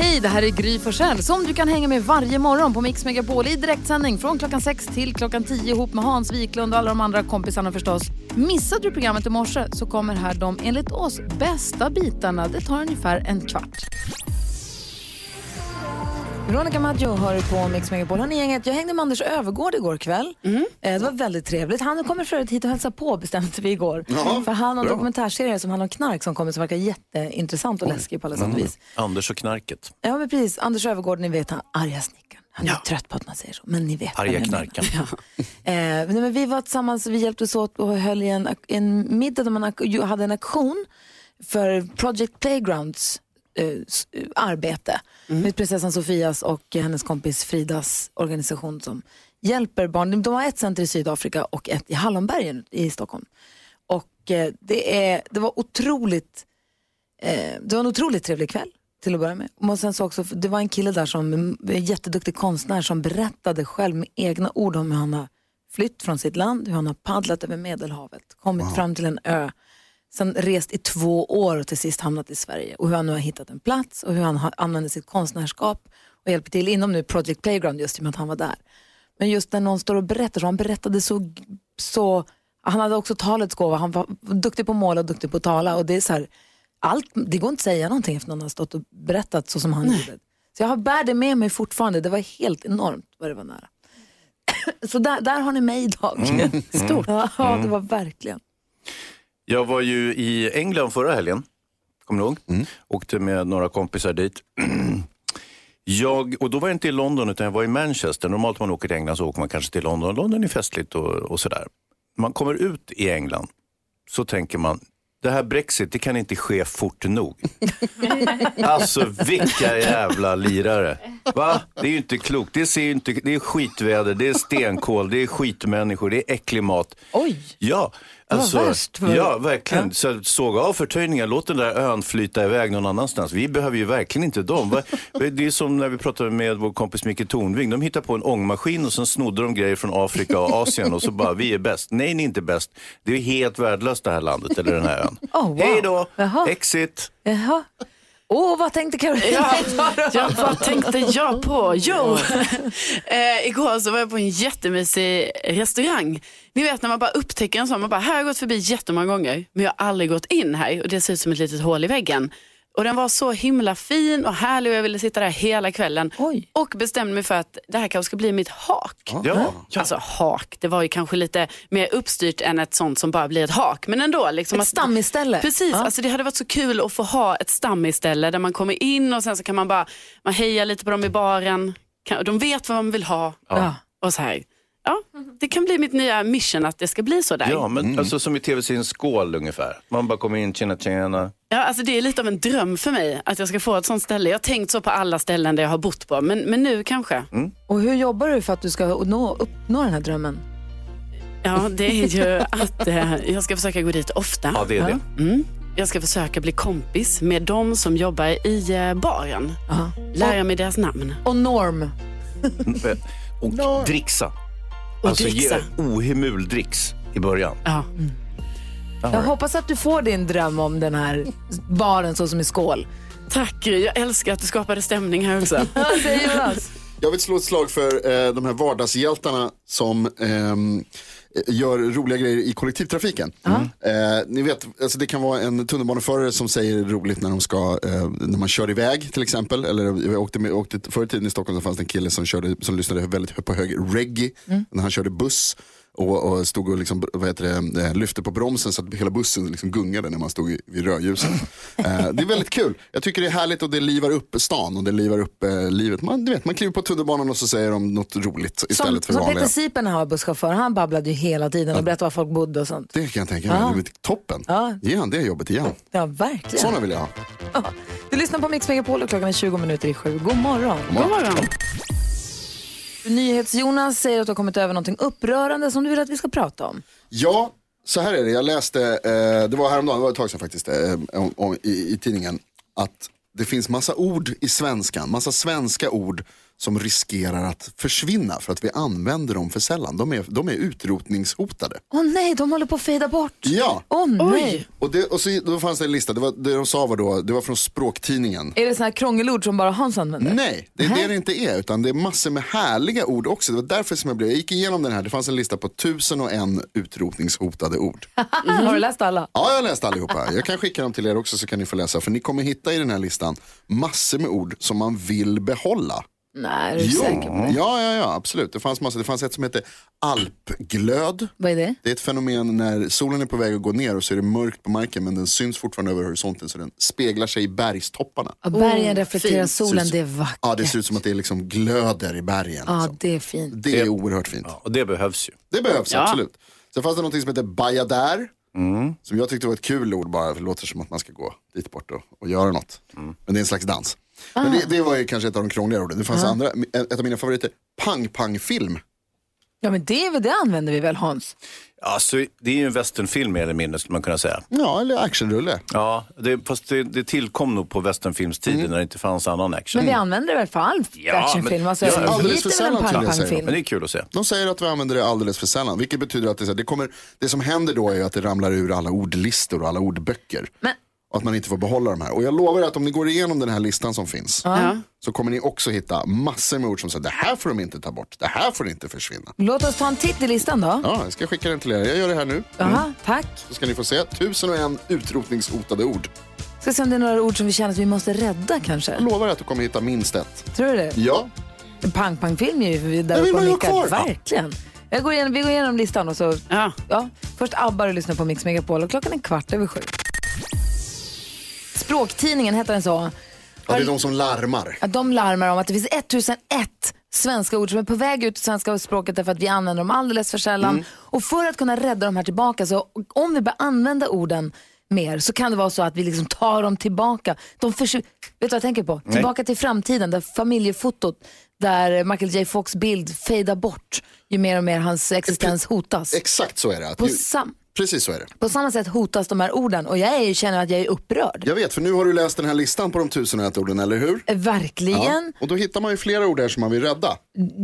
Hej, det här är Gry Forssell som du kan hänga med varje morgon på Mix Megapol i direktsändning från klockan 6 till klockan 10 ihop med Hans Wiklund och alla de andra kompisarna förstås. Missade du programmet i morse så kommer här de enligt oss bästa bitarna. Det tar ungefär en kvart. Veronica Maggio hör på Mix Megapol. Hon är gänget. Jag hängde med Anders Övergård igår kväll. Mm. Eh, Det var väldigt trevligt. Han kommer för övrigt hit och hälsa på bestämde vi igår. Jaha, för han har en bra. dokumentärserie som handlar om knark som kommer som verkar jätteintressant och läskig på alla Mm. sätt och vis. Anders och knarket. Ja men precis, Anders Övergård, ni vet han arga snickaren. Han är trött på att man säger så, men ni vet. vad Arga jag menar. knarkaren. Eh, nej, men vi var tillsammans, vi hjälptes åt och höll i en, en middag där man ak- ju hade en aktion för Project Playgrounds eh, s- eh, arbete med prinsessan Sofias och hennes kompis Fridas organisation som hjälper barn. De har ett center i Sydafrika och ett i Hallonbergen i Stockholm. Och eh, det, är, det var otroligt Eh, det var en otroligt trevlig kväll till att börja med. Och sen så också, det var en kille där som är en jätteduktig konstnär som berättade själv med egna ord om hur han har flytt från sitt land, hur han har paddlat över Medelhavet, kommit fram till en ö, sen rest i två år och till sist hamnat i Sverige. Och hur han nu har hittat en plats och hur han har- använder sitt konstnärskap och hjälper till inom nu Project Playground just i och med att han var där. Men just när någon står och berättar, så han berättade så, så han hade också talets gåva, han var duktig på att måla och duktig på att tala och det är så här, allt, det går inte att säga någonting efter någon har stått och berättat så som han gjorde. Så jag har bär det med mig fortfarande, det var helt enormt vad det var nära. så där, där har ni mig idag. Stort. Ja, det var verkligen. Jag var ju i England förra helgen. Kommer du ihåg? Åkte med några kompisar dit. Jag, och då var jag inte i London utan jag var i Manchester. Normalt när man åker till England så åker man kanske till London. London är festligt och, och sådär. Man kommer ut i England så tänker man, det här Brexit det kan inte ske fort nog. Alltså vilka jävla lirare. Va? Det är ju inte klokt. Det, ser ju inte, det är skitväder, det är stenkol, det är skitmänniskor, det är äcklig mat. Oj! Ja, alltså, värst för- ja verkligen. Så såga av förtöjningar, låt den där ön flyta iväg någon annanstans. Vi behöver ju verkligen inte dem. Va- Det är som när vi pratade med vår kompis Micke Tornving. De hittade på en ångmaskin och sen snodde de grejer från Afrika och Asien och så bara, vi är bäst. Nej, ni är inte bäst. Det är helt värdelöst det här landet eller den här ön. Oh, wow. Hej då, Jaha. exit. Jaha. Åh, vad tänkte Caroline? Ja, vad tänkte jag på? Jo, eh, igår så var jag på en jättemysig restaurang. Ni vet när man bara upptäcker en sån, man bara, här har jag gått förbi jättemånga gånger, men jag har aldrig gått in här och det ser ut som ett litet hål i väggen. Och den var så himla fin och härlig och jag ville sitta där hela kvällen. Oj. Och bestämde mig för att det här kanske ska bli mitt hak. Ja. Alltså hak, det var ju kanske lite mer uppstyrt än ett sånt som bara blir ett hak. Men ändå. Liksom Ett stammiställe. Precis, Ja. alltså det hade varit så kul att få ha ett stammiställe där man kommer in och sen så kan man bara man hejar lite på dem i baren. Kan, de vet vad man vill ha. Ja. Och så här. Ja, det kan bli mitt nya mission att det ska bli så där. Ja, men alltså som i tv-serien Skål ungefär. Man bara kommer in, tjena tjena. Ja, alltså det är lite av en dröm för mig att jag ska få ett sånt ställe. Jag har tänkt så på alla ställen där jag har bott på, men, men nu kanske. Mm. Och hur jobbar du för att du ska nå, uppnå den här drömmen? Ja, det är ju att eh, jag ska försöka gå dit ofta. Ja, det är det. Mm. Jag ska försöka bli kompis med de som jobbar i eh, baren. Ja. Lära mig deras namn. Och norm. Och dricksa. Och alltså dricksa. ge ohimuldricks i början. Ja. Mm. Jag hoppas att du får din dröm om den här baren så som i skål. Tack, Gry. jag älskar att du skapade stämning här också. Vad säger Jonas? Jag vill slå ett slag för eh, de här vardagshjältarna som ehm, gör roliga grejer i kollektivtrafiken. Eh, ni vet, alltså det kan vara en tunnelbaneförare som säger roligt när, de ska, eh, när man kör iväg till exempel. Eller, jag åkte med, åkte, förr i tiden i Stockholm så fanns det en kille som, körde, som lyssnade väldigt hö- på hög reggae när han körde buss. Och, och stod och liksom, vad heter det, eh, lyfte på bromsen så att hela bussen liksom gungade när man stod i- vid rödljuset. eh, det är väldigt kul. Jag tycker det är härligt och det livar upp stan och det livar upp eh, livet. Man, du vet, man kliver på tunnelbanan och så säger de något roligt Som, istället för som vanliga. Peter Sipen när han var busschaufför, han babblade ju hela tiden och berättade var folk bodde och sånt. Det kan jag tänka mig. Det är toppen. Ja. Ge han det jobbet igen. Ja, verkligen. Sådana vill jag ha. Du lyssnar på Mix Megapol och klockan är 20 minuter i sju. God morgon. God morgon. NyhetsJonas säger att du har kommit över någonting upprörande som du vill att vi ska prata om. Ja, Så här är det, jag läste, eh, det var häromdagen, det var ett tag sedan faktiskt, eh, om, om, i, i tidningen, att det finns massa ord i svenskan, massa svenska ord som riskerar att försvinna för att vi använder dem för sällan. De är, de är utrotningshotade. Åh nej, de håller på att fejda bort. Ja, Åh nej. och, det, och så, då fanns det en lista, det, var, det de sa var då, det var från språktidningen. Är det sådana här krångelord som bara Hans använder? Nej, det är det det inte är, utan det är massor med härliga ord också. Det var därför som jag blev, jag gick igenom den här, det fanns en lista på tusen och en utrotningshotade ord. Mm. Har du läst alla? Ja, jag har läst allihopa. Jag kan skicka dem till er också så kan ni få läsa. För ni kommer hitta i den här listan massor med ord som man vill behålla. Nej, är du säker? ja, ja, ja, absolut. Det fanns massor. Det fanns ett som hette alpglöd. Vad är det? Det är ett fenomen när solen är på väg att gå ner och så är det mörkt på marken men den syns fortfarande över horisonten så den speglar sig i bergstopparna. Ja, bergen reflekterar fint. solen, det är vackert. Ja, det ser ut som att det liksom glöder i bergen. Ja, Liksom. det är fint. Det är oerhört fint. Ja, och det behövs ju. Det behövs Ja. absolut. Sen fanns det något som heter bajadär. Som jag tyckte var ett kul ord bara, för det låter som att man ska gå dit bort och, och göra något. Men det är en slags dans. Men det, det var ju kanske ett av de krångligare orden. Det fanns andra, ett av mina favoriter, pang-pang-film. Ja, men det, är väl- det använder vi väl Hans? Alltså, det är ju en westernfilm mer eller mindre skulle man kunna säga. Ja, eller actionrulle. Ja, det, fast det, det tillkom nog på westernfilmstiden när det inte fanns annan action. Men Mm. vi använder det väl för all Ja, actionfilm? men- Alltså, Ja, alldeles för hit är det väl en sällan, skulle jag säga. pang-pang-film? Men det är kul att se. De säger att vi använder det alldeles för sällan, vilket betyder att det, är så här, det, kommer, det som händer då är ju att det ramlar ur alla ordlistor och alla ordböcker. Men- Och att man inte får behålla de här. Och jag lovar att om ni går igenom den här listan som finns så kommer ni också hitta massor med ord som säger det här får de inte ta bort, det här får inte försvinna. Låt oss ta en titt i listan då. Ja, jag ska skicka den till er. Jag gör det här nu. Jaha, tack. Så ska ni få se. Tusen och en utrotningshotade ord. Ska se om det är några ord som vi känner att vi måste rädda kanske. Jag lovar att du kommer hitta minst ett. Tror du det? Ja, Pang-pang-film är ju där Det uppe vill och man ju ha nickar. kvar. Verkligen. Jag går igenom, vi går igenom listan och så... Ja. Ja, först ABBA och lyssnar på Mix Megapol och klockan är kvart över sju. Språktidningen heter den så. ja det är de som larmar. Att de larmar om att det finns 1001 svenska ord som är på väg ut ur svenska språket därför att vi använder dem alldeles för sällan. Och för att kunna rädda de här tillbaka, så om vi börjar använda orden mer så kan det vara så att vi liksom tar dem tillbaka. De försvin- Vet du vad jag tänker på? Tillbaka till framtiden, där familjefotot, där Michael J Fox bild fejdar bort ju mer och mer hans existens hotas. Exakt så är det. Att På, ju- sam- Precis så är det. på samma sätt hotas de här orden och jag är, känner att jag är upprörd. Jag vet, för nu har du läst den här listan på de tusen och ett orden, eller hur? Verkligen. Ja. Och då hittar man ju flera ord här som man vill rädda.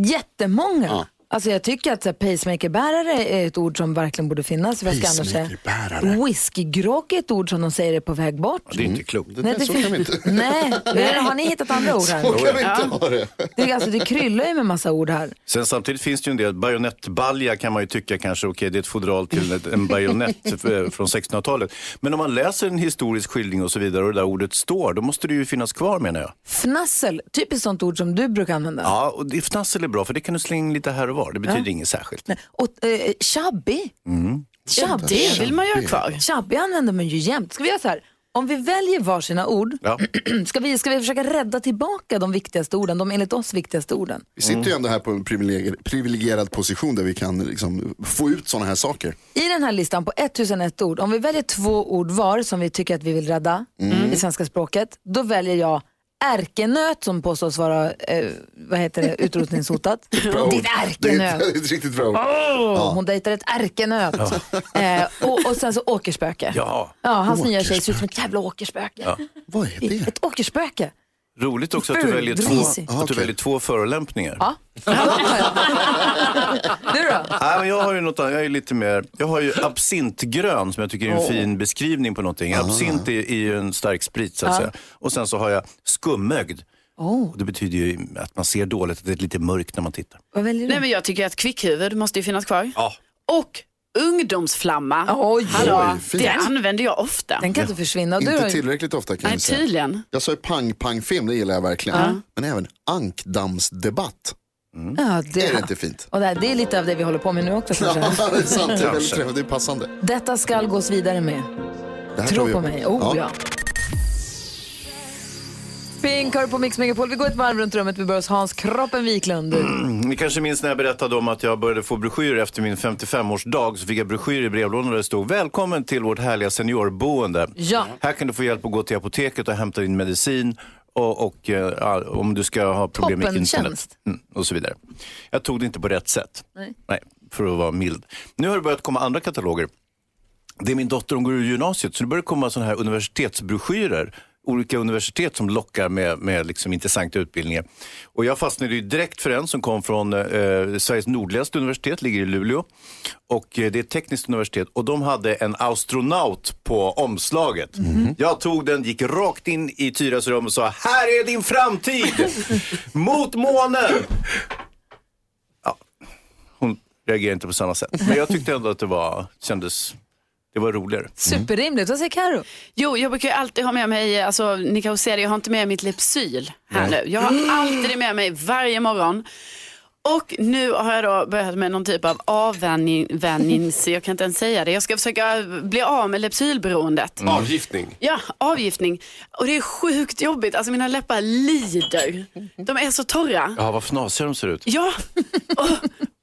jättemånga. Ja. Alltså jag tycker att så här, pacemakerbärare är ett ord som verkligen borde finnas. För jag ska annars säga. Pacemakerbärare. Whiskygråk är ett ord som de säger är på väg bort. Det är inte klokt. Nej, så fin- kan vi inte, Nej, Eller har ni hittat andra ord så här? kan vi inte ha det. Det, är alltså, det kryllar ju med massa ord här. Sen samtidigt finns det ju en del, bajonettbalja kan man ju tycka kanske, okej det är ett fodral till ett- en bajonett f- från 1600-talet. Men om man läser en historisk skildring och så vidare och det där ordet står, då måste det ju finnas kvar menar jag. Fnassel, typiskt sånt ord som du brukar använda. Ja, och det- fnassel är bra för det kan du slänga in lite här och var, det betyder inget särskilt. Nej, Och eh, chubby. Chubby. Det vill man ju ha kvar. Chubby använder man ju jämt. Ska vi göra så här? Om vi väljer varsina ord, Ja. ska, vi, ska vi försöka rädda tillbaka de viktigaste orden, de enligt oss viktigaste orden? Vi sitter ju ändå här på en privilegier- privilegierad position där vi kan liksom få ut sådana här saker. I den här listan på 1001 ord, om vi väljer två ord var som vi tycker att vi vill rädda Mm. i svenska språket, då väljer jag ärkenöt som påstås vara eh, vad heter det, utrotningshotat. Bra ord. Ditt Det är ärkenöt. ett- det är ett riktigt bra ord. Hon dejtar ett ärkenöt. Eh, och, och sen så åkerspöke. Ja. hans nya tjej ser ut som ett jävla åkerspöke. Vad är det? Ett åkerspöke. Roligt också att du Ful, väljer två, grisig. att du Okej. väljer två förolämpningar. Ja. du då? Nej, men jag har ju något annat. Jag är lite mer, jag har ju absintgrön som jag tycker är en fin beskrivning på Ah. någonting. Absint är, är ju en stark sprit så att säga. Och sen så har jag skummögd. Och det betyder ju att man ser dåligt, att det är lite mörkt när man tittar. Vad väljer Nej, du? men jag tycker att kvickhuvud måste ju finnas kvar. Ja. Och ungdomsflamma. Oj, Hallå, fint. det använder jag ofta. den kan inte försvinna. Och Du Inte då? tillräckligt ofta kan Nej, jag säga. tydligen. Jag sa ju pang-pang-film, det gillar jag verkligen. Men även ankdammsdebatt. Ja, Är det inte fint? Och det, här, det är lite av det vi håller på med nu också Ja, kanske. det är sant. Det är väldigt träffande. Det är passande. Detta skall gås vidare med. Det här tar Tro vi på upp. mig. Oh, ja. Pink hör på Mix Megapol. Vi går ett varv runt rummet. Vi börjar hos Hans Kroppen Wiklund. Mm, Ni kanske minns när jag berättade om att jag började få broschyrer efter min 55-årsdag. Så fick jag broschyrer i brevlådan där det stod Välkommen till vårt härliga seniorboende. Ja. Här kan du få hjälp att gå till apoteket och hämta din medicin. Och, och eh, all- om du ska ha problem med internet. Toppentjänst. Mm, och så vidare. Jag tog det inte på rätt sätt. Nej. för att vara mild. Nu har det börjat komma andra kataloger. det är min dotter, hon går ur gymnasiet, så det börjar komma sådana här universitetsbroschyrer. Olika universitet som lockar med, med liksom intressanta utbildningar. Och jag fastnade ju direkt för en som kom från eh, Sveriges nordligaste universitet, ligger i Luleå. Och eh, det är ett tekniskt universitet och de hade en astronaut på omslaget. Jag tog den, gick rakt in i Tyras rum och sa, här är din framtid! Mot månen! hon reagerar inte på samma sätt. Men jag tyckte ändå att det var, kändes, det var roligare. Superrimligt. Vad säger Karo? Jo, jag brukar ju alltid ha med mig, alltså, ni kanske ser det, jag har inte med mitt Lypsyl här nu. Jag har alltid det med mig varje morgon. Och nu har jag då börjat med någon typ av avvänjnings, jag kan inte ens säga det. Jag ska försöka bli av med Lypsylberoendet. Mm. Avgiftning. Ja, avgiftning. Och det är sjukt jobbigt, alltså mina läppar lider. De är så torra. Ja, vad fnasiga de ser ut. Ja, och,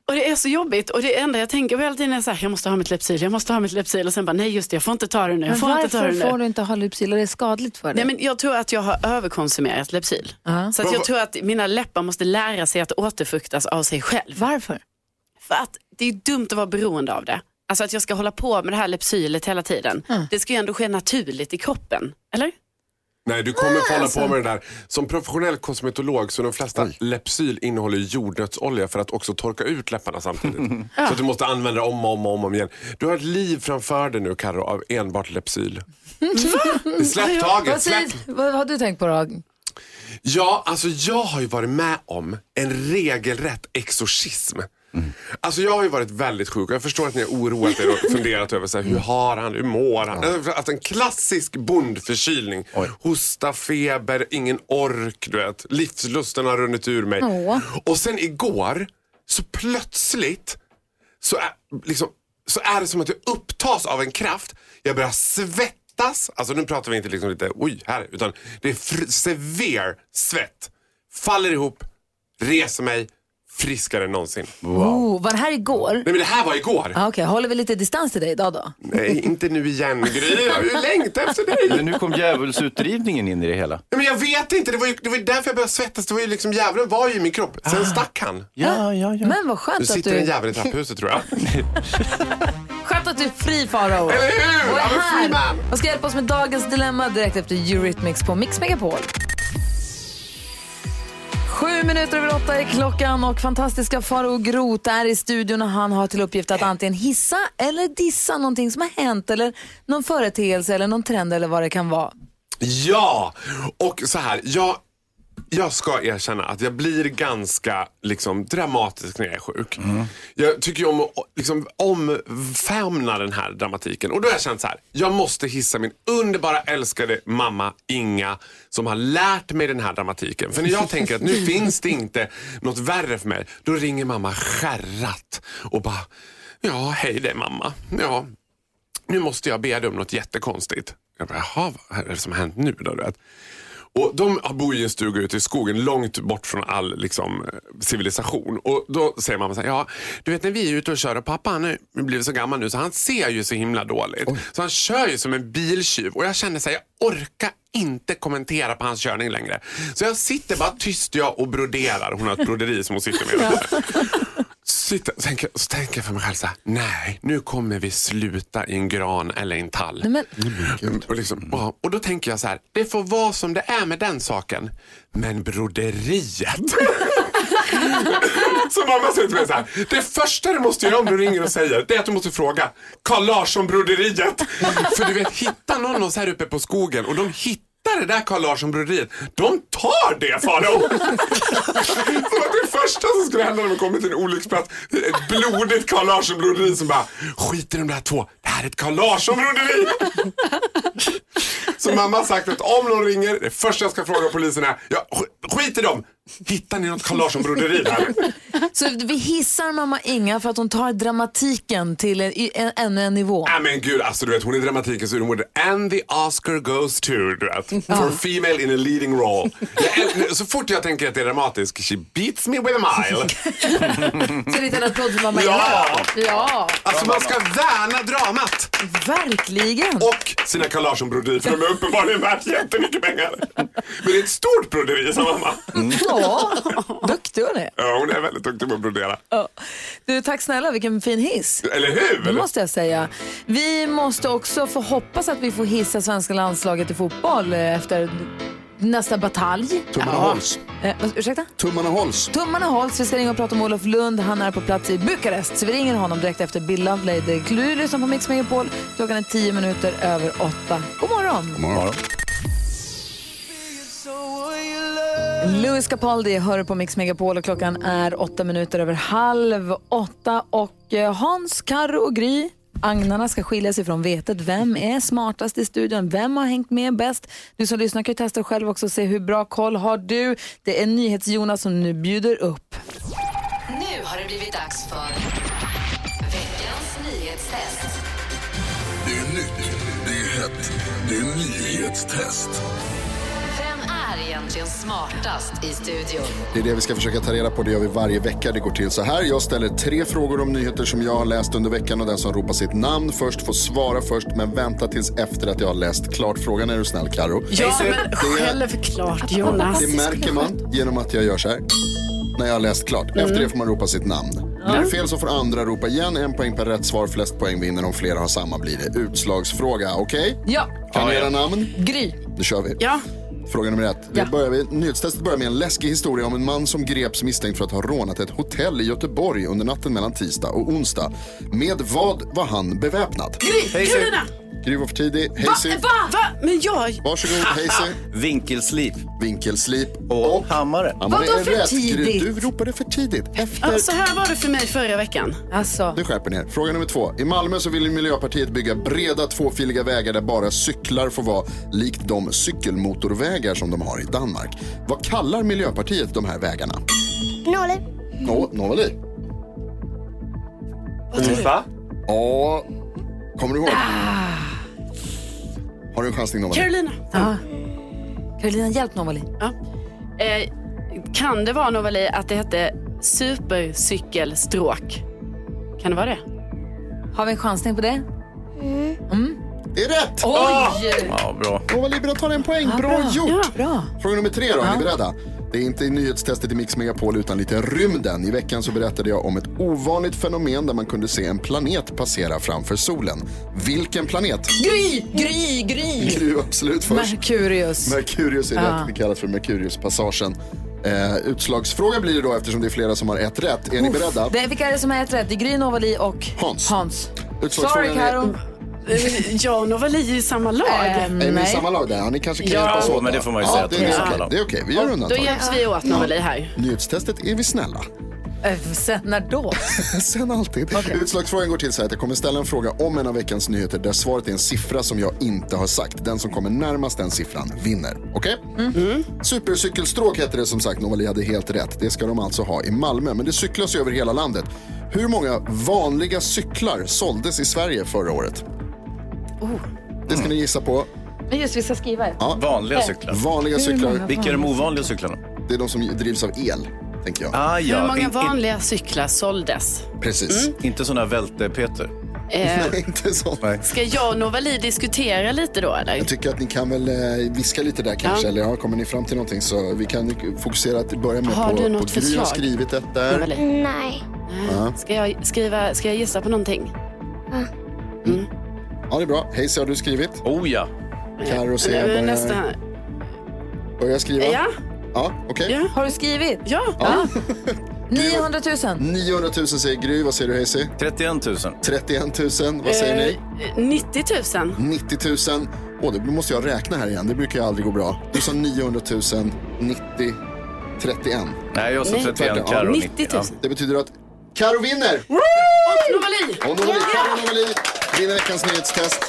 och det är så jobbigt. Och det enda jag tänker på hela tiden är så här, jag måste ha mitt Lypsyl, jag måste ha mitt Lypsyl. Och sen bara, nej just det, jag får inte ta det nu. Jag Men får inte ta det varför nu. får du inte ha Lypsyl? Är det skadligt för dig? Nej, men jag tror att jag har överkonsumerat Lypsyl. Ja. Så att jag tror att mina läppar måste lära sig att återfuktas av sig själv. Varför? För att det är dumt att vara beroende av det. Alltså att jag ska hålla på med det här Lypsylet hela tiden. Det ska ju ändå ske naturligt i kroppen. Eller? Nej, du kommer få hålla Alltså. på med det där. Som professionell kosmetolog så de flesta Lypsyl innehåller jordnötsolja för att också torka ut läpparna samtidigt. Så att du måste använda det om och om och om igen. Du har ett liv framför dig nu Karo av enbart Lypsyl. Släpp Vad, taget, säger, släpp! vad har du tänkt på då? Ja, alltså jag har ju varit med om en regelrätt exorcism. Alltså jag har ju varit väldigt sjuk och jag förstår att ni har oroat er och funderat över så här, hur har han, hur mår han? Alltså en klassisk bondförkylning. Hosta, feber, ingen ork, du vet. Livslusten har runnit ur mig. Och sen igår, så plötsligt så är, liksom, så är det som att jag upptas av en kraft. Jag börjar svettas. Alltså nu pratar vi inte liksom lite oj här, utan det är fr- sever svett. Faller ihop, reser mig, friskare än någonsin. Oh, var det här igår? Nej men det här var igår. Ah, Okej, håller vi lite distans till dig idag då? Nej, inte nu igen Gry. Jag har ju längtat efter dig. Men nu kom djävulsutdrivningen in i det hela. Nej, men jag vet inte, det var ju det var ju därför jag började svettas. Det var ju liksom, djävulen var ju i min kropp. Sen stack han. Ja, ja, ja. Men vad Nu skönt Ah. att, sitter en du, djävul i trapphuset tror jag. skönt att du är fri Farao. Och Eller hur? är I'm a free man. här och ska hjälpa oss med dagens dilemma direkt efter Eurythmics på Mix Megapol. Sju minuter över åtta är klockan och fantastiska Farao Groth är i studion och han har till uppgift att antingen hissa eller dissa någonting som har hänt eller någon företeelse eller någon trend eller vad det kan vara. Ja, och så här. Jag, jag ska erkänna att jag blir ganska liksom, dramatisk när jag är sjuk. Jag tycker ju om att liksom, omfamna den här dramatiken. Och då har jag känt så här. Jag måste hissa min underbara älskade mamma Inga som har lärt mig den här dramatiken. För när jag tänker att nu finns det inte något värre för mig. Då ringer mamma skärrat och bara. Ja, hej det mamma. Ja, nu måste jag be dig om något jättekonstigt. Jag bara, jaha, vad är det som har hänt nu då? Du vet? Och de bor i en stuga ute i skogen långt bort från all liksom, civilisation. Och Då säger mamma så här, ja, du vet när vi är ute och kör och pappa han har ju blivit så gammal nu så han ser ju så himla dåligt. Så han kör ju som en biltjuv och jag känner så här, jag orkar inte kommentera på hans körning längre. Så jag sitter bara tyst jag och broderar. Hon har ett broderi som hon sitter med. Sitter, och tänker, så tänker jag för mig själv så här, nej, nu kommer vi sluta i en gran eller i en tall. Men, Mm, Och, liksom, ja, och då tänker jag så här, det får vara som det är med den saken. Men broderiet. så mamma säger till mig så här, det första du måste göra om du ringer och säger, det är att du måste fråga Carl Larsson broderiet. För du vet, hitta någon så här uppe på skogen och de hittar det där Carl Larsson broderiet, de tar det Farao! Så att det första som skulle hända när man kommer till en olycksplats, det är ett blodigt Carl Larsson broderi som bara, skit i de där två, det här är ett Carl Larsson broderi! Så mamma har sagt att om någon ringer, det första jag ska fråga polisen är, ja, sk- skit i dem! Hittar ni något Carl Larsson-broderi där? så vi hissar mamma Inga för att hon tar dramatiken till en, en, ännu en nivå. Nej men gud, alltså du vet hon är dramatikens urmoder. And the Oscar goes to, du vet. For female in a leading role. Jag äl- så fort jag tänker att det är dramatiskt, she beats me with a mile. Så en liten applåd för mamma Inga. Ja! ja. Alltså man ska värna dramat Verkligen. och sina Carl Larsson-broderier för de är uppenbarligen värt jättemycket pengar. Men det är ett stort broderi som mamma. Mm. Ja, duktig hon är. Ja, hon är väldigt duktig på att brodera. Ja. Du, tack snälla, vilken fin hiss. Eller hur? Det måste jag säga. Vi måste också få hoppas att vi får hissa svenska landslaget i fotboll eh, efter nästa batalj. Tummarna hålls. Eh, vad- ursäkta? Tummarna hålls. Tummarna hålls. Vi ska ringa och prata med Olof Lund. Han är på plats i Bukarest. Så vi ringer honom direkt efter Bill Lovelady. Du lyssnar på Mix Megapol. Klockan är tio minuter över åtta. God morgon! Louis Capaldi hör på Mix Megapol och klockan är åtta minuter över halv åtta. Och eh, Hans, Karro och Gry, agnarna ska skilja sig från vetet. Vem är smartast i studion? Vem har hängt med bäst? Du som lyssnar kan ju testa själv också och se hur bra koll har du. Det är NyhetsJonas som nu bjuder upp. Nu har det blivit dags för veckans nyhetstest. Vem är egentligen smartast i studion? Det är det vi ska försöka ta reda på. Det gör vi varje vecka. Det går till så här. Jag ställer tre frågor om nyheter som jag har läst under veckan och den som ropar sitt namn först får svara först men vänta tills efter att jag har läst klart frågan. Är du snäll Karo? Ja, Det- men självklart Jonas. Det märker man genom att jag gör så här. När jag har läst klart. Efter det får man ropa sitt namn. Blir det fel så får andra ropa igen. En poäng per rätt svar. Flest poäng vinner. Om flera har samma blir det utslagsfråga. Okej? Ja, Kan ni era namn? Gry. Nu kör vi. Ja, Fråga nummer ett. Vi Ja. börjar med, nyhetstestet börjar med en läskig historia om en man som greps misstänkt för att ha rånat ett hotell i Göteborg under natten mellan tisdag och onsdag. Med vad var han beväpnad? Gry, Karolina. Gry var för tidig. Hayesy. Va? Va? Men jag... Varsågod, Hayesy. Vinkelslip Vinkelslip. och, hammare. Ja, men Vadå det är för rätt, Gry. tidigt? Du ropade för tidigt. Efter... Ja, så här var det för mig förra veckan. Alltså, Nu skärper ni er. Fråga nummer två. I Malmö så vill Miljöpartiet bygga breda tvåfiliga vägar där bara cyklar får vara likt de cykelmotorvägar som de har i Danmark. Vad kallar Miljöpartiet de här vägarna? Nåli. Nå, Nåli? Va? Ja, kommer du ihåg? Har du en chansning Nåli? Carolina. Carolina, hjälp Novali. Eh, kan det vara Novali att det hette supercykelstråk? Kan det vara det? Har vi en chansning på det? Det är rätt! Oj! Ah! Ja, bra. Nåli Bra tar en poäng. Bra gjort! Bra. Fråga nummer tre då, är ni beredda? Det är inte nyhetstestet i Mix Megapol utan lite rymden. I veckan så berättade jag om ett ovanligt fenomen där man kunde se en planet passera framför solen. Vilken planet? Gry, Gry, Gry. Gry var absolut först. Merkurius. Merkurius är rätt, det kallas för Merkuriuspassagen. Eh, utslagsfråga blir det då eftersom det är flera som har ett rätt. Är ni beredda? Det, vilka är det som har ett rätt? Det är Gry, Novali och Hans. Hans. Utslagsfrågan Sorry Karo. Eh, Jag och Novali är ju i samma lag. Ehm, Ah, Är, är ni i nej. samma lag där? Ja, ni kanske kan Ja. hjälpas Ja, åt men då. det får man ju ja, säga att det ni är är okej. samma lag. Det är okej, vi gör Då undantag. hjälps vi åt Novali här. Nyhetstestet är vi snälla. Eh, Sen när då? Sen alltid. Utslagsfrågan går till så här att jag kommer ställa en fråga om en av veckans nyheter där svaret är en siffra som jag inte har sagt. Den som kommer närmast den siffran vinner. Okej? Supercykelstråk heter det som sagt. Novali hade helt rätt. Det ska de alltså ha i Malmö. Men det cyklas ju över hela landet. Hur många vanliga cyklar såldes i Sverige förra året? Oh. Det ska ni gissa på. Men just vi ska skriva ett. Vanliga cyklar. Vanliga cyklar, Vilka är de ovanliga cyklarna? det är de som drivs av el. Tänker jag. Ah, ja. Hur många in- vanliga cyklar såldes? Precis. In, inte sådana välte-Peter. Eh, Nej, inte så. ska jag och Novali diskutera lite då eller? Jag tycker att ni kan väl eh, viska lite där kanske, eller ja, kommer ni fram till någonting så vi kan ju fokusera till att börja med Har på, du något på Gry har förslag? skrivit ett där. Novali? Ah. Nej. Ska jag, skriva, ska jag gissa på någonting? Ja, det är bra. Hayes har du skrivit. Oh ja. Carro ser Eh, börjar, Nästa. börjar skriva. Ja, Ja, okej. Ja. Har du skrivit? ja. 900 000. 900 000 säger Gry, vad säger du Hayes? 31 000. 31 000, vad säger ni? Eh, 90 000. 90 000. Åh, det måste jag räkna här igen, det brukar ju aldrig gå bra. Du sa 900 000, 90, 31. Nej, jag sa Nej. 31 Ja, Carro. 90 000. Det betyder att Carro vinner! Och Novali! Och Novali, Carro Novali vinner veckans nyhetstest.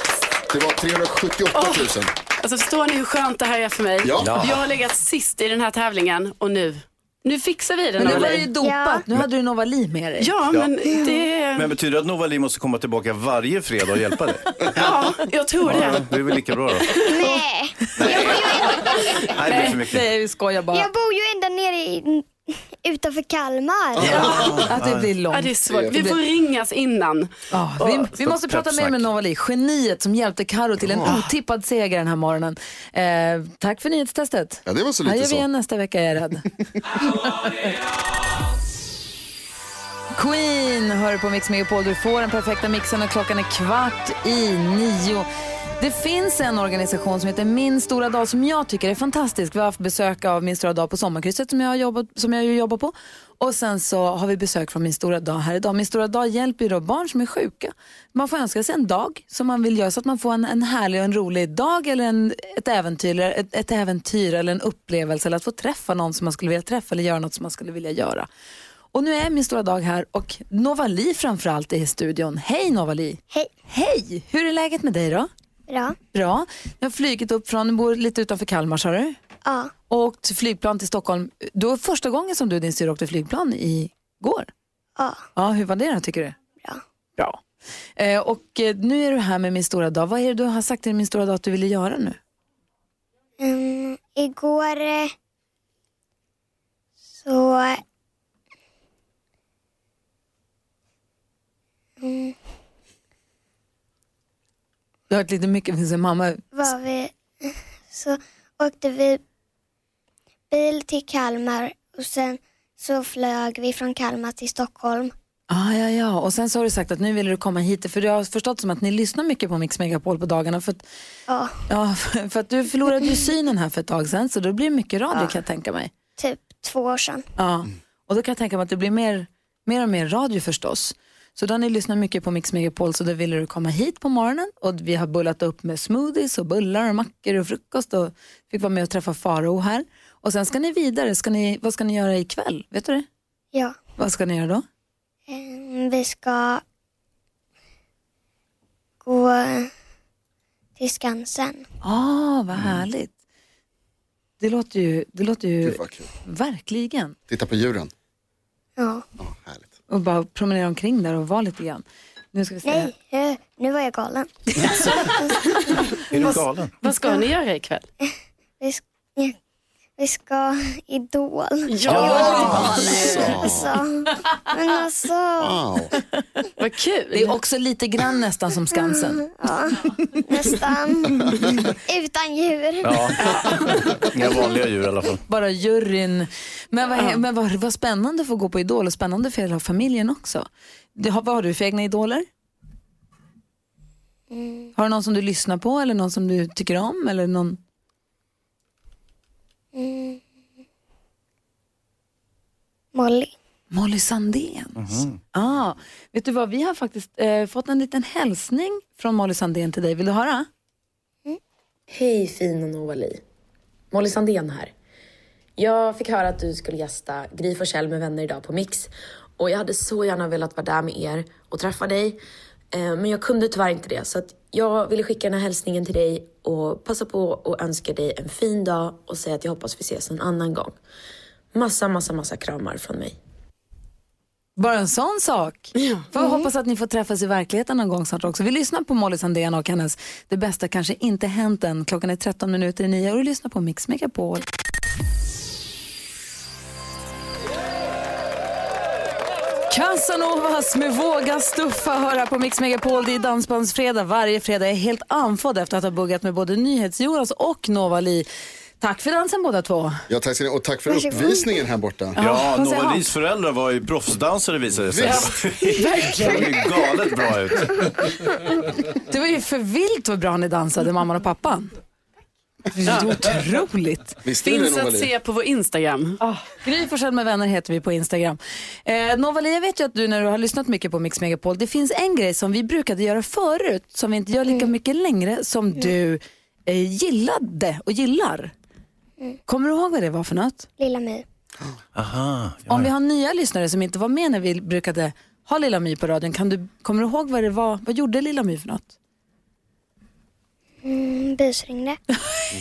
Det var 378 000. Alltså förstår ni hur skönt det här är för mig? Ja. Ja. Jag har legat sist i den här tävlingen och nu, nu fixar vi den. Men nu var Novali. det ju dopat. Ja. Nu hade du Novali med dig. Ja, men det... Men betyder det att Novali måste komma tillbaka varje fredag och hjälpa dig? Ja, jag tror Ja, det. det är väl lika bra då. Nej. Nej, det blir för mycket. Nej, vi skojar bara. Jag bor ju ända nere i utanför Kalmar. Att det blir långt. Ja, det är svårt. Vi får ringas innan. Ja, vi, vi måste prata mer med Novali, geniet som hjälpte Karo till en otippad seger den här morgonen. Eh, tack för nyhetstestet. Ja, det var så Här lite gör vi så. igen nästa vecka, är jag rädd. Queen hör på Mix Megapol. Du får den perfekta mixen och klockan är kvart i nio. Det finns en organisation som heter Min stora dag som jag tycker är fantastisk. Vi har haft besök av Min stora dag på sommarkrysset som jag, har jobbat, som jag ju jobbar på. Och sen så har vi besök från Min stora dag här idag. Min stora dag hjälper ju då barn som är sjuka. Man får önska sig en dag som man vill göra så att man får en, en härlig och en rolig dag eller en, ett, äventyr, eller ett, ett äventyr eller en upplevelse eller att få träffa någon som man skulle vilja träffa eller göra något som man skulle vilja göra. Och nu är min stora dag här och Novali framförallt är i studion. Hej Novali! Hej. Hej! Hur är läget med dig då? Bra. Bra. Du har flugit upp från, du bor lite utanför Kalmar sa du? Ja. Och åkt flygplan till Stockholm. Det var första gången som du och din syrra åkte flygplan igår. Ja. Ja, hur var det då tycker du? Bra. Bra. Eh, och eh, nu är du här med Min stora dag. Vad är det du har sagt till Min stora dag att du ville göra nu? Mm, igår eh, så... Mm, Du har varit lite mycket med sin mamma. var vi... Så åkte vi bil till Kalmar och sen så flög vi från Kalmar till Stockholm. Ah, ja, ja. Och sen så har du sagt att nu vill du komma hit. För du har förstått som att ni lyssnar mycket på Mix Megapol på dagarna. För att, Ja, ja, för för att du förlorade ju synen här för ett tag sedan. Så då blir det mycket radio kan jag tänka mig. typ två år sedan. Ja. Och då kan jag tänka mig att det blir mer, mer och mer radio förstås. Så då har ni lyssnat mycket på Mix Megapol så då ville du komma hit på morgonen och vi har bullat upp med smoothies och bullar och mackor och frukost och fick vara med och träffa Faro här. Och sen ska ni vidare, ska ni, vad ska ni göra ikväll? Vet du det? Ja, Vad ska ni göra då? Mm, vi ska gå till Skansen. Ah, vad härligt. Det låter ju, det låter ju Gud, vad kul. verkligen. Titta på djuren. Ja. Ja, härligt. Och bara promenera omkring där och vara lite grann. Nu ska vi se. Nej, eh, nu var jag galen. Är du galen? Vad ska ni göra ikväll? Vi ska, vi ska Idol. Ja! Alltså, men alltså, Wow. Vad kul. Det är också lite grann nästan som Skansen. ja, nästan. Utan djur. Ja. Inga vanliga djur i alla fall. bara juryn. Men vad, men vad, vad spännande att få gå på Idol och spännande för hela familjen också. Det, har, vad har du för egna idoler? Har du någon som du lyssnar på eller någon som du tycker om? Eller någon? Molly. Molly Sandéns. Ah, vet du vad, vi har faktiskt eh, fått en liten hälsning från Molly Sandén till dig. Vill du höra? Hej fina Novali. Molly Sandén här. Jag fick höra att du skulle gästa Gry Forssell med vänner idag på Mix. Och jag hade så gärna velat vara där med er och träffa dig. Eh, Men jag kunde tyvärr inte det. Så att jag ville skicka den här hälsningen till dig och passa på och önska dig en fin dag och säga att jag hoppas vi ses en annan gång. Massa, massa, massa kramar från mig. Bara en sån sak. Får jag hoppas att ni får träffas i verkligheten någon gång snart också. Vi lyssnar på Molly Sandén och hennes Det bästa kanske inte hänt än. Klockan är 13 minuter i nio och du lyssnar på Mix Megapol. Casanovas med Våga stuffa hör här på Mix Megapol. Det är Dansbandsfredag varje fredag. Jag är helt andfådd efter att ha buggat med både NyhetsJonas och Novali. Tack för dansen båda två. Ja, tack ska ni ha. Och tack för Varsågod. uppvisningen här borta. Ja, vad säger Novalis föräldrar var ju proffsdansare visade det sig. Det såg ju galet bra ut. Det var ju för vilt vad bra ni dansade, mamman och pappan. Det är otroligt. Visste du det Finns att Novali? se på vår Instagram. Oh, Gry Forssell med vänner heter vi på Instagram. Eh, Novali, jag vet ju att du när du har lyssnat mycket på Mix Megapol, det finns en grej som vi brukade göra förut, som vi inte gör Mm. lika mycket längre, som du eh, gillade och gillar. Kommer du ihåg vad det var för något? Mm. Lilla My. Aha, ja, Om vi ja. har nya lyssnare som inte var med när vi brukade ha Lilla My på radion, kan du, kommer du ihåg vad det var? Vad gjorde Lilla My för något? Mm, busringde.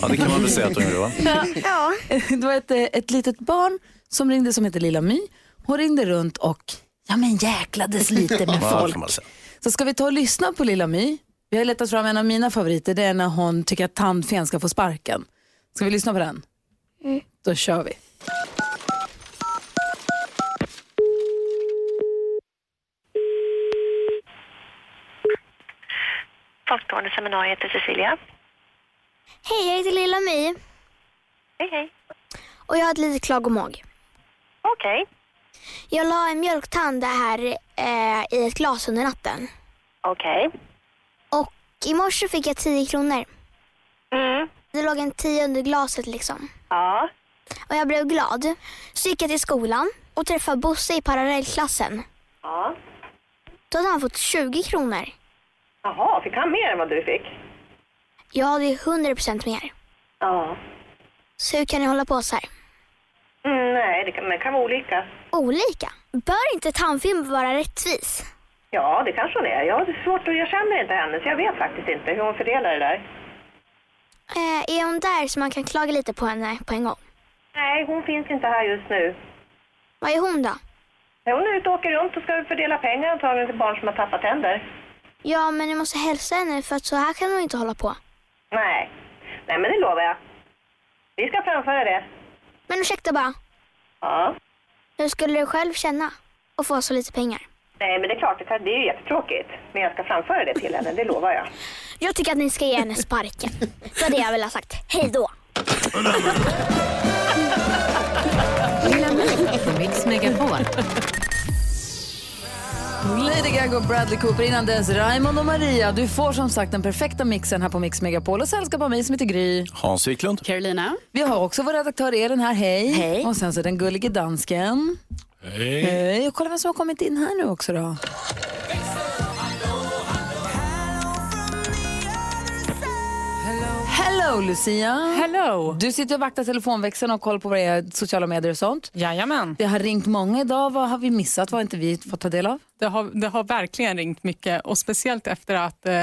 ja, det kan man väl säga att hon gjorde va? Ja, Det var ett, eh, ett litet barn som ringde som heter Lilla My. Hon ringde runt och ja men jäklades lite med Ja, folk. kan man säga. Så ska vi ta och lyssna på Lilla My? Vi har letat fram en av mina favoriter. Det är när hon tycker att tandfen ska få Mm. sparken. Ska vi lyssna på den? Då kör vi. folkstående seminarium. Jag heter Cecilia. Hej, jag heter Lilla My Hej, hej. och jag har ett litet klagomål. Okej. Jag la en mjölktand här eh, i ett glas under natten. Okej. Och i morse fick jag 10 kronor. Mm. Det låg en 10 under glaset liksom. Ja. Och jag blev glad. Så gick jag till skolan och träffade Bosse i parallellklassen. Ja. Då hade han fått 20 kronor. Jaha, fick han mer än vad du fick? Jag hade ju 100% mer. Ja. Så hur kan ni hålla på så här? Mm, nej, det kan, men det kan vara olika. Olika? Bör inte tandfilm vara rättvis? Ja, det kanske hon är. Jag har svårt att, jag känner inte henne så jag vet faktiskt inte hur hon fördelar det där. Eh, är hon där så man kan klaga lite på henne på en gång? Nej, hon finns inte här just nu. Vad är hon då? När hon är ute och åker runt och ska fördela pengar antagligen till barn som har tappat tänder. Ja, men ni måste hälsa henne för att så här kan hon inte hålla på. Nej. Nej, men det lovar jag. Vi ska framföra det. Men ursäkta bara. Ja. Hur skulle du själv känna att få så lite pengar? Nej, men det är klart, det, kan, det är ju jättetråkigt. Men jag ska framföra det till henne, det lovar jag. Jag tycker att ni ska ge henne sparken. Det var det jag ville ha sagt. Hej då! Lilla My på Mix Megapol. Lady Gaga och Bradley Cooper, innan dess Raymond och Maria. Du får som sagt den perfekta mixen här på Mix Megapol och sällskap av mig som heter Gry. Hans Wiklund. Carolina. Vi har också vår redaktör Elin här, hej. hej. Och sen så den gullige dansken. Hej. Hej. Och kolla vem som har kommit in här nu också då. Hello Lucia! Hello! Du sitter och vaktar telefonväxeln och kollar på våra sociala medier och sånt. Jajamän. Det har ringt många idag. Vad har vi missat? Vad har inte vi fått ta del av? Det har, det har verkligen ringt mycket och speciellt efter att eh,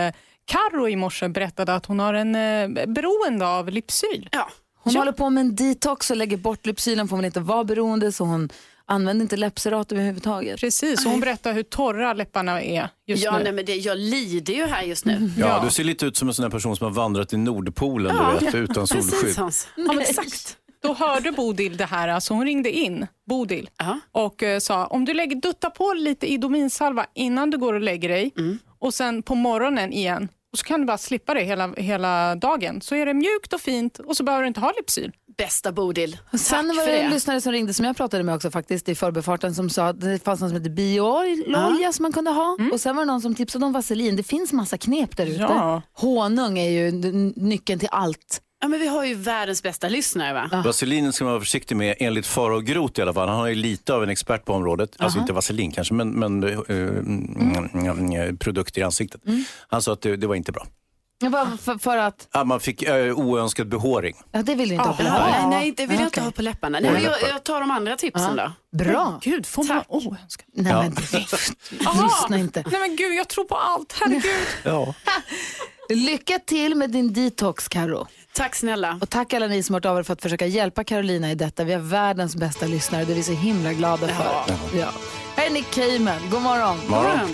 Karo i morse berättade att hon har en eh, beroende av Lypsyl. Ja. Hon håller på med en detox och lägger bort Lypsylen för hon vill inte vara beroende så hon använder inte läppserat överhuvudtaget. Precis, och hon berättar hur torra läpparna är just ja, nu. Mm. Nej, men det, jag lider ju här just nu. Ja, Du ser lite ut som en sån där person som har vandrat i Nordpolen du vet, utan solskydd. Ja, men exakt. Då hörde Bodil det här, alltså hon ringde in Bodil och eh, sa om du lägger, dutta på lite Idominsalva innan du går och lägger dig och sen på morgonen igen och så kan du bara slippa det hela, hela dagen. Så är det mjukt och fint och så behöver du inte ha Lypsyl. Bästa Bodil. Och sen Tack var för det det. en lyssnare som ringde som jag pratade med också faktiskt i förbifarten som sa att det fanns något som hette bioolja som man kunde ha. Och sen var det någon som tipsade om vaselin. Det finns massa knep där ute. Ja. Honung är ju n- nyckeln till allt. Ja, men vi har ju världens bästa lyssnare va? Vaselinen ska man vara försiktig med, enligt Farao Groth i alla fall. Han är lite av en expert på området. Alltså Aha. inte vaselin kanske, men, men eh, eh, eh, produkter i ansiktet. Han sa att det, det var inte bra. Men bara för, för att... Ah, man fick eh, oönskad behåring. Ja, det vill du inte ha på Ja, läpparna. nej, nej, det vill jag inte ha på läpparna. Nej, men jag, Läppar. jag tar de andra tipsen Ja. då. Bra. Gud, får man oönskad? Nej, Ja. men lyssna inte. Nej men gud, jag tror på allt. Herregud. Ja. Lycka till med din detox, Karo. Tack snälla. Och tack alla ni som har hört av er för att försöka hjälpa Carolina i detta. Vi har världens bästa lyssnare, det är vi så himla glada för. Ja. Här är Nick Cayman, god morgon. morgon.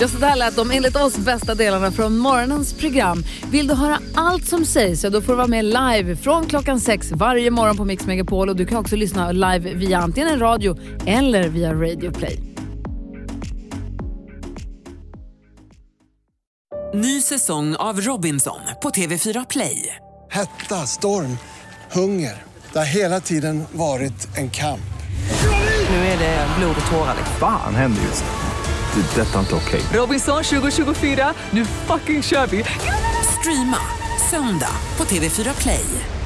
Ja, så där lät de enligt oss bästa delarna från morgonens program. Vill du höra allt som sägs, ja, då får du vara med live från klockan sex varje morgon på Mix Megapol. Och du kan också lyssna live via antingen radio eller via Radio Play. Ny säsong av Robinson på TV4 Play. Hetta, storm, hunger. Det har hela tiden varit en kamp. Nu är det blod och tårar. liksom. Fan händer just nu. Det. är Detta är inte okej. Robinson 2024, nu fucking kör vi! Streama söndag på TV4 Play.